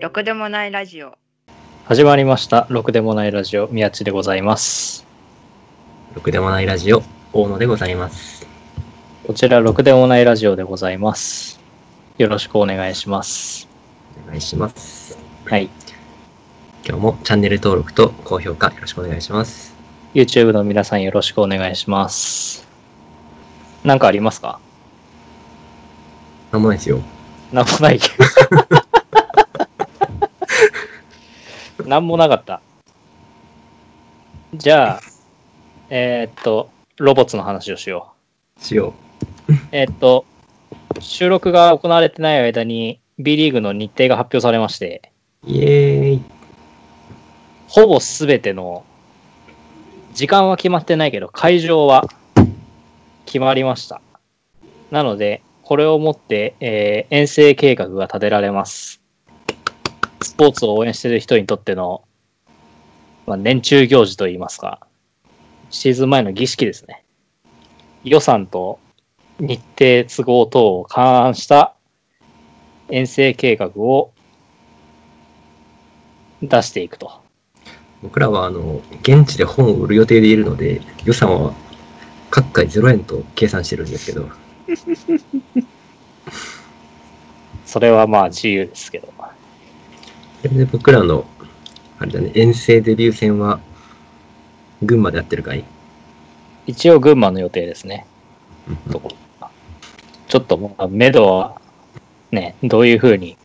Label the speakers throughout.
Speaker 1: ろくでもないラジオ。
Speaker 2: 始まりました。ろくでもないラジオ、宮地でございます。
Speaker 3: ろくでもないラジオ、大野でございます。
Speaker 2: こちら、ろくでもないラジオでございます。よろしくお願いします。
Speaker 3: お願いします。
Speaker 2: はい。
Speaker 3: 今日もチャンネル登録と高評価よろしくお願いします。
Speaker 2: YouTube の皆さんよろしくお願いします。なんかありますか
Speaker 3: なんもないですよ。
Speaker 2: なんもないけど。なんもなかった。じゃあ、えーっと、ロボットの話をしよう。
Speaker 3: しよ
Speaker 2: えっと、収録が行われてない間に B リーグの日程が発表されまして、
Speaker 3: う。イエーイ。
Speaker 2: ほぼすべての、時間は決まってないけど、会場は決まりました。なので、これをもって、えー遠征計画が立てられます。スポーツを応援している人にとっての、まあ、年中行事といいますか、シーズン前の儀式ですね。予算と日程都合等を勘案した遠征計画を出していくと。
Speaker 3: 僕らは、あの、現地で本を売る予定でいるので、予算は各回0円と計算してるんですけど、
Speaker 2: それはまあ自由ですけど。
Speaker 3: それで僕らの、あれだね、遠征デビュー戦は、群馬でやってるかい
Speaker 2: 一応群馬の予定ですね。
Speaker 3: うん
Speaker 2: とこちょっともう、目処は、ね、どういうふうに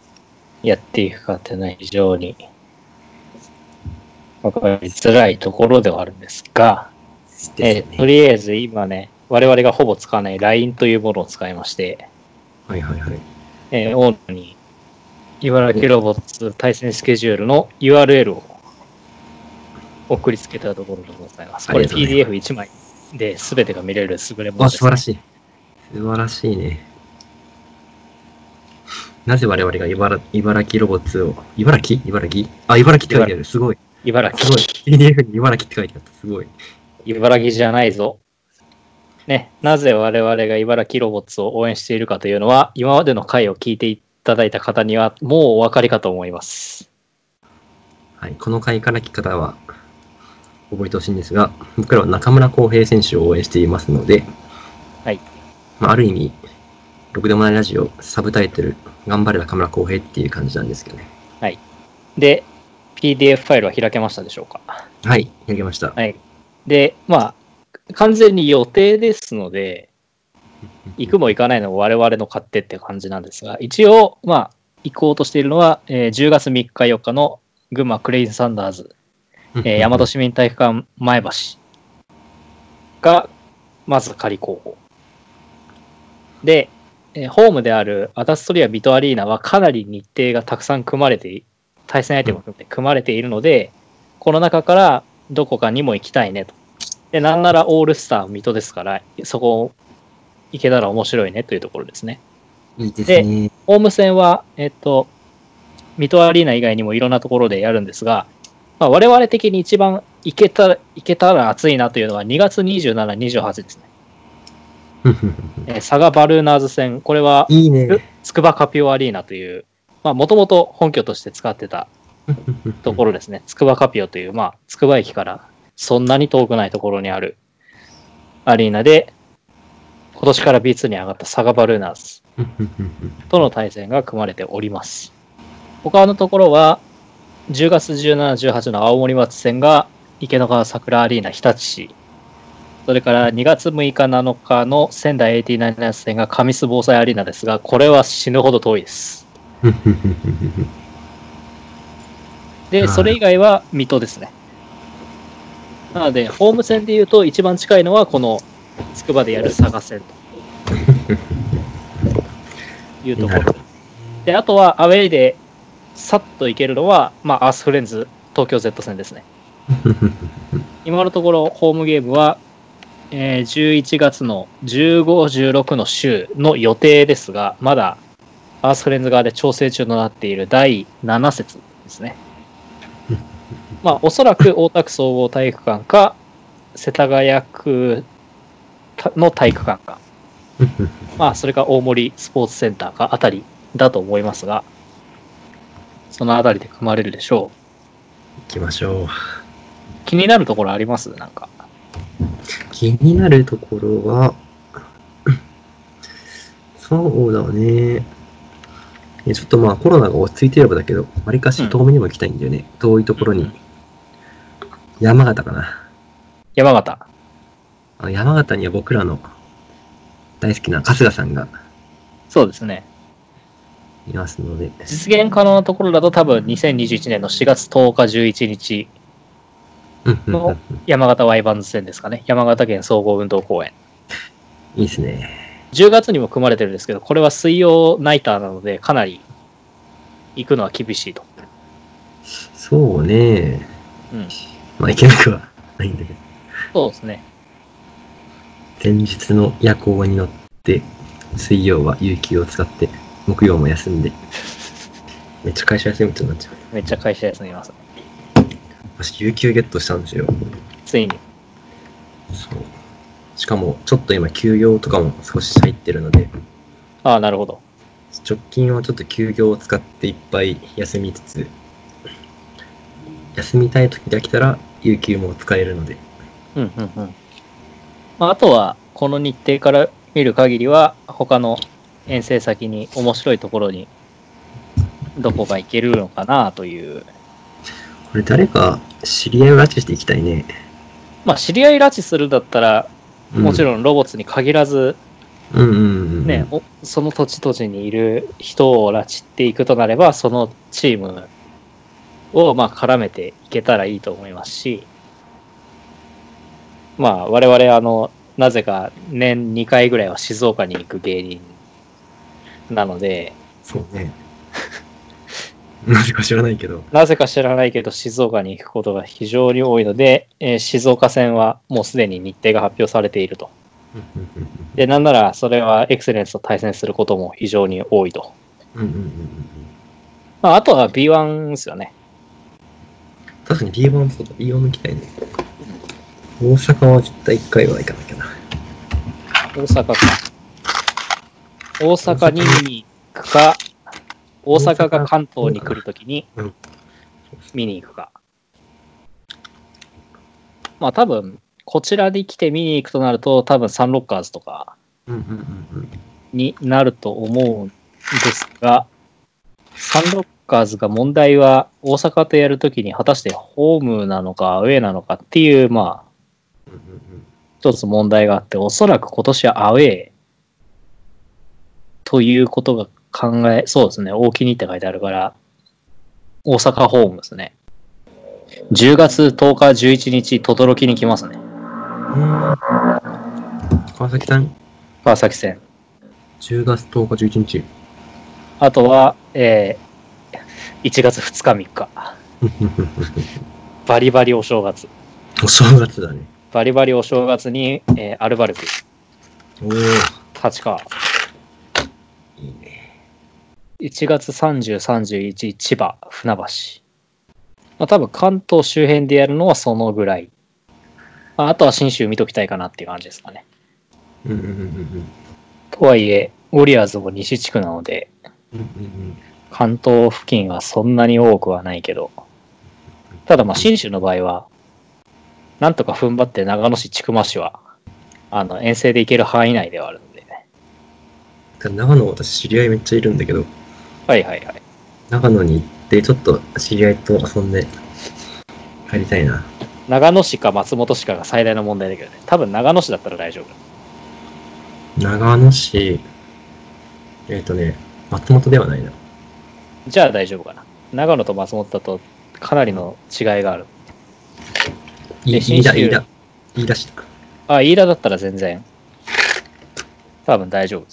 Speaker 2: やっていくかっていうのは非常に、わかりづらいところではあるんですが、え
Speaker 3: です
Speaker 2: ーと
Speaker 3: ね。
Speaker 2: りあえず今ね、我々がほぼ使わない LINE というものを使いまして、
Speaker 3: はいはいはい。
Speaker 2: えー、大野に、茨城ロボッツ対戦スケジュールの URL を送りつけたところでございます。これ
Speaker 3: ありがとうござい
Speaker 2: PDF1 枚で全てが見れる優れもの
Speaker 3: わ、
Speaker 2: です
Speaker 3: 素晴らしい。素晴らしいね。なぜ我々が茨茨城ロボッツを、茨城茨城あ、茨城って書いてある。すごい。
Speaker 2: 茨
Speaker 3: す ご
Speaker 2: 城
Speaker 3: い。。PDF に茨城って書いてあった。すごい。
Speaker 2: 茨城じゃないぞ。ね、なぜ我々が茨城ロボッツを応援しているかというのは、今までの回を聞いていただいた方にはもうお分かりかと思います。
Speaker 3: はい。この回から聞き方は、覚えてほしいんですが、僕らは中村航平選手を応援していますので、
Speaker 2: はい。
Speaker 3: まあ、ある意味、ろくでもないラジオ、サブタイトル、頑張れ中村航平っていう感じなんですけどね。
Speaker 2: で、PDF ファイルは開けましたでしょうか
Speaker 3: はい。やりました。
Speaker 2: はい。で、まあ、完全に予定ですので、行くも行かないのも我々の勝手って感じなんですが、一応、まあ、行こうとしているのは、えー10月3日4日の群馬クレイズサンダーズ、えー、 大和市民体育館前橋が、まず仮候補。で、えーホームであるアタストリア・ビトアリーナはかなり日程がたくさん組まれてい、対戦相手も含めて組まれているので、この中からどこかにも行きたいねと。で、なんならオールスター水戸ですから、そこ行けたら面白いねというところですね。
Speaker 3: いいですね。
Speaker 2: ホーム戦は、えっと、水戸アリーナ以外にもいろんなところでやるんですが、まあ、我々的に一番行けたら、行けたら暑いなというのは2月27、28ですね。えー佐賀バルーナーズ戦、これはい
Speaker 3: いね。
Speaker 2: つくばカピオアリーナという、まあ、もともと本拠として使ってたと ころですね。つくばカピオという、まあ、つくば駅からそんなに遠くないところにあるアリーナで、今年から B2 に上がったサガバルーナーズとの対戦が組まれております。他のところは、10月17、18の青森松戦が池の川桜アリーナ日立市、それから2月6日7日の仙台 AT97 戦が上須防災アリーナですが、これは死ぬほど遠いです。
Speaker 3: は
Speaker 2: で、
Speaker 3: い
Speaker 2: それ以外は水戸ですね。なので、ホーム戦で言うと一番近いのはこの筑波でやる佐賀戦というところ。で、あとはアウェイでさっと行けるのは、まあ、アースフレンズ東京 Z 戦ですね。今のところホームゲームは、えー11月の15、16の週の予定ですが、まだアースフレンズ側で調整中となっている第7節ですね。まあ、おそらく大田区総合体育館か、世田谷区の体育館か、まあ、それか大森スポーツセンターかあたりだと思いますが、そのあたりで組まれるでしょ
Speaker 3: 行きましょう。
Speaker 2: う。気になるところありますなんか。
Speaker 3: 気になるところは、 そうだね。えちょっとまあコロナが落ち着いてればだけど、わりかし遠目にも行きたいんだよね。遠いところ
Speaker 2: う
Speaker 3: に
Speaker 2: ん。
Speaker 3: 山形かな。
Speaker 2: 山形。
Speaker 3: あの山形には僕らの大好きな春日さんが
Speaker 2: そうですね。
Speaker 3: いますので、
Speaker 2: 実現可能なところだと多分2021年の4月10日11日、
Speaker 3: うんうんうんうん
Speaker 2: 山形ワイバンズ戦ですかね。山形県総合運動公園。
Speaker 3: いいですね。
Speaker 2: 10月にも組まれてるんですけど、これは水曜ナイターなので、かなり行くのは厳しいと。
Speaker 3: そうね。
Speaker 2: うん。
Speaker 3: まあ行けなくはないんだけど、
Speaker 2: そうですね。
Speaker 3: 前日の夜行に乗って、水曜は有給を使って、木曜も休んで、めっちゃ会社休むことになっちゃう。
Speaker 2: めっちゃ会社休みますね。
Speaker 3: 私、有給ゲットしたんですよ。
Speaker 2: ついに。
Speaker 3: そう。しかも、ちょっと今、休業とかも少し入ってるので、
Speaker 2: ああ、なるほど。
Speaker 3: 直近はちょっと休業を使っていっぱい休みつつ、休みたい時が来たら、有給も使えるので、
Speaker 2: うんうんうん。まあ、あとは、この日程から見る限りは、他の遠征先に面白いところに、どこが行けるのかなという。
Speaker 3: これ誰か知り合いを拉致していきたいね。
Speaker 2: まあ、知り合い拉致するだったら、
Speaker 3: う
Speaker 2: もちろんロボットに限らず、
Speaker 3: ん。うんうんうんうん。
Speaker 2: ね、おその土地土地にいる人を拉致っていくとなれば、そのチームをまあ絡めていけたらいいと思いますし、まあ我々あの、なぜか年2回ぐらいは静岡に行く芸人なので、
Speaker 3: そうね。 なぜか知らないけど。
Speaker 2: なぜか知らないけど静岡に行くことが非常に多いので、えー静岡戦はもうすでに日程が発表されていると。
Speaker 3: うんうんうんうん
Speaker 2: で、なんならそれはエクセレンスと対戦することも非常に多いと。
Speaker 3: うんうんうんうん。
Speaker 2: まあ、あとは B1 ですよね。
Speaker 3: 確かに B1 もそうだ。B1 も行きたいね。大阪は絶対一回は行かなきゃな。
Speaker 2: 大阪か。大阪に行くか、大阪が関東に来るときに
Speaker 3: うん
Speaker 2: 見に行くか。まあ多分、こちらに来て見に行くとなると、多分サンロッカーズとか
Speaker 3: うんうんうん
Speaker 2: になると思うんですが、サンロッカーズが問題は大阪とやるときに果たしてホームなのかアウェーなのかっていう、まあ、
Speaker 3: うんうんうん
Speaker 2: 一つ問題があって、おそらく今年はアウェーということが考え、そうですね、大きにって書いてあるから、大阪ホームですね。10月10日、11日、轟に来ますね。
Speaker 3: うん。うん川崎さん、
Speaker 2: 川崎戦。
Speaker 3: 10月10日11日。
Speaker 2: あとは、えー、1月2日、3日。バリバリお正月。
Speaker 3: お正月だね。
Speaker 2: バリバリお正月に、えーアルバルク、
Speaker 3: おお。
Speaker 2: 立川。
Speaker 3: いいね。
Speaker 2: 1月30、31、千葉、船橋。まあ多分関東周辺でやるのはそのぐらい。まああとは信州見ときたいかなっていう感じですかね。
Speaker 3: うんうんうんうん
Speaker 2: とはいえ、ウォリアーズも西地区なので、
Speaker 3: うん。うんうん
Speaker 2: 関東付近はそんなに多くはないけど、ただまあ信州の場合は、なんとか踏ん張って長野市、千曲市は、あの、遠征で行ける範囲内ではあるのでね。
Speaker 3: うん。長野、私知り合いめっちゃいるんだけど、
Speaker 2: はいはいはい。
Speaker 3: 長野に行って、ちょっと知り合いと遊んで帰りたいな。
Speaker 2: 長野市か松本市かが最大の問題だけどね。多分長野市だったら大丈夫。
Speaker 3: 長野市、えっ、とね、松本ではないな。
Speaker 2: じゃあ大丈夫かな。長野と松本だとかなりの違いがある。
Speaker 3: い
Speaker 2: で
Speaker 3: 飯田、
Speaker 2: 信州
Speaker 3: 飯田、飯田市だ。
Speaker 2: あ、飯田だったら全然、多分大丈夫。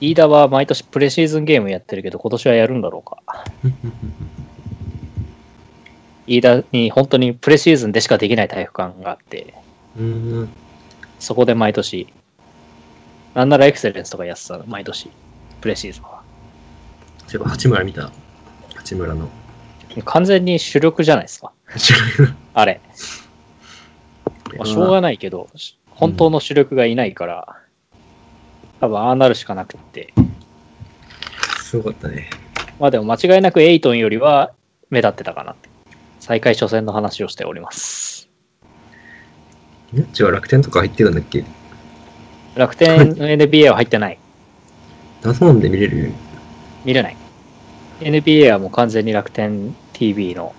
Speaker 2: 飯田は毎年プレシーズンゲームやってるけど、今年はやるんだろうか。飯田に本当にプレシーズンでしかできない体育館があって、
Speaker 3: うーん、
Speaker 2: そこで毎年、なんならエクセレンスとかやってたの、毎年、プレシーズンは。
Speaker 3: そういえば八村見た。八村の。
Speaker 2: 完全に主力じゃないですか、あれ。まあ、しょうがないけど、し本当の主力がいないから、多分ああなるしかなくって。
Speaker 3: すごかったね。
Speaker 2: まあでも間違いなくエイトンよりは目立ってたかなって。再開初戦の話をしております。
Speaker 3: ニャッチは楽天とか入ってるんだっけ
Speaker 2: 楽天の NBA は入ってない。
Speaker 3: ダゾーンで見れる
Speaker 2: 見れない。NBA はもう完全に楽天 TV の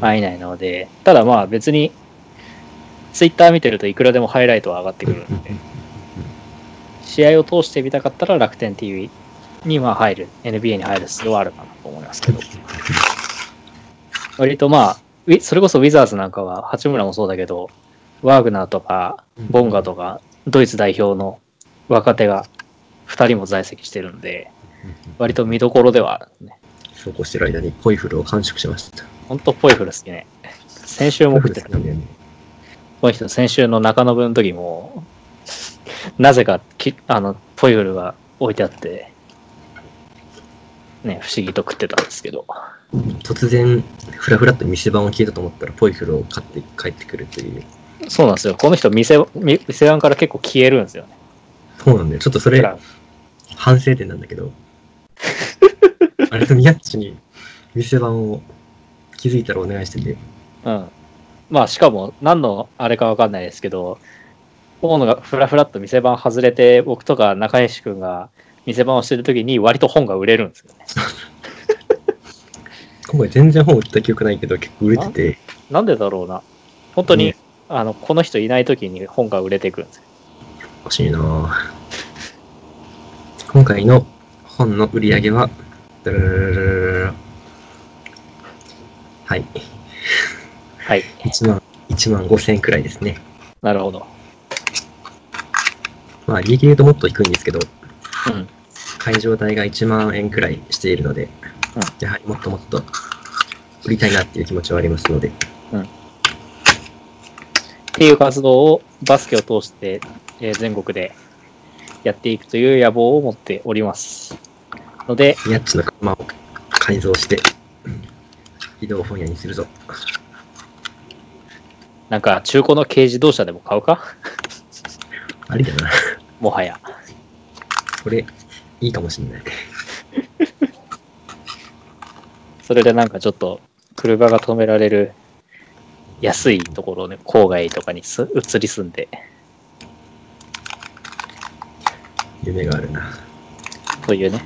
Speaker 2: 範囲内なので、ただまあ別に、ツイッター見てるといくらでもハイライトは上がってくるんで、試合を通してみたかったら楽天 TV にまあ入る、NBA に入る必要はあるかなと思いますけど、割とまあ、ウィそれこそウィザーズなんかは、八村もそうだけど、ワーグナーとか、ボンガとか、ドイツ代表の若手が2人も在籍してるんで、割と見どころではあるんですね。
Speaker 3: そうこうしてる間にポイフルを完食しました。
Speaker 2: ほんとポイフル好きね。先週も
Speaker 3: ポイフ
Speaker 2: 送っ
Speaker 3: ル
Speaker 2: て
Speaker 3: 好
Speaker 2: た
Speaker 3: き。なんだよね。
Speaker 2: この人、先週の中野分の時も、なぜかき、あの、ポイフルが置いてあって、ね、不思議と食ってたんですけど、
Speaker 3: 突然、フラフラっと店番を聞いたと思ったら、ポイフルを買って帰ってくるという。
Speaker 2: そうなんですよ。この人店、み店番から結構消えるんですよね。
Speaker 3: そうなんだよ。ちょっとそ
Speaker 2: だ
Speaker 3: れ
Speaker 2: か、ら
Speaker 3: 反省点なんだけ ど。あれとニャッチに店番を気づいたらお願いしてて。
Speaker 2: うん。まあ、しかも、何のあれかわかんないですけど、大野がフラフラっと店番外れて、僕とか中西君が店番をしてる時に、割と本が売れるんですよね。
Speaker 3: 今回全然本売った記憶ないけど、結構売れてて。
Speaker 2: なんでだろうな。本当に、
Speaker 3: ね
Speaker 2: あの、この人いない時に本が売れていくんですよ。
Speaker 3: おかしいなぁ今回の本の売り上げは、ダララララララはい、
Speaker 2: はい。
Speaker 3: 1万、1万5千円くらいですね。
Speaker 2: なるほど。
Speaker 3: まあ、利益で言うともっと低いんですけど、
Speaker 2: うん。
Speaker 3: 会場代が1万円くらいしているので、
Speaker 2: うん
Speaker 3: やはりもっともっと売りたいなっていう気持ちはありますので、
Speaker 2: っていう活動をバスケを通して、えー全国でやっていくという野望を持っております。ので、
Speaker 3: ニャッチの車を改造して、移動本屋にするぞ。
Speaker 2: なんか中古の軽自動車でも買うか
Speaker 3: ありだな。
Speaker 2: もはや。
Speaker 3: これ、いいかもしんない。
Speaker 2: それでなんかちょっと車が止められる安いところね、郊外とかにす移り住んで
Speaker 3: 夢があるな。
Speaker 2: というね、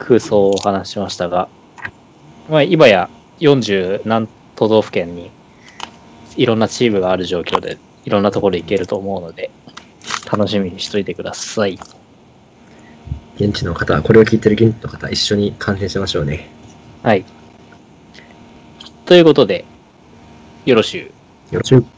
Speaker 2: 空想をお話ししましたが、まあ今や40何都道府県にいろんなチームがある状況で、いろんなところ行けると思うので、楽しみにしといてください。
Speaker 3: 現地の方、これを聞いてる現地の方、一緒に観戦しましょうね。
Speaker 2: はい。ということで、よろしゅう。
Speaker 3: よろしく。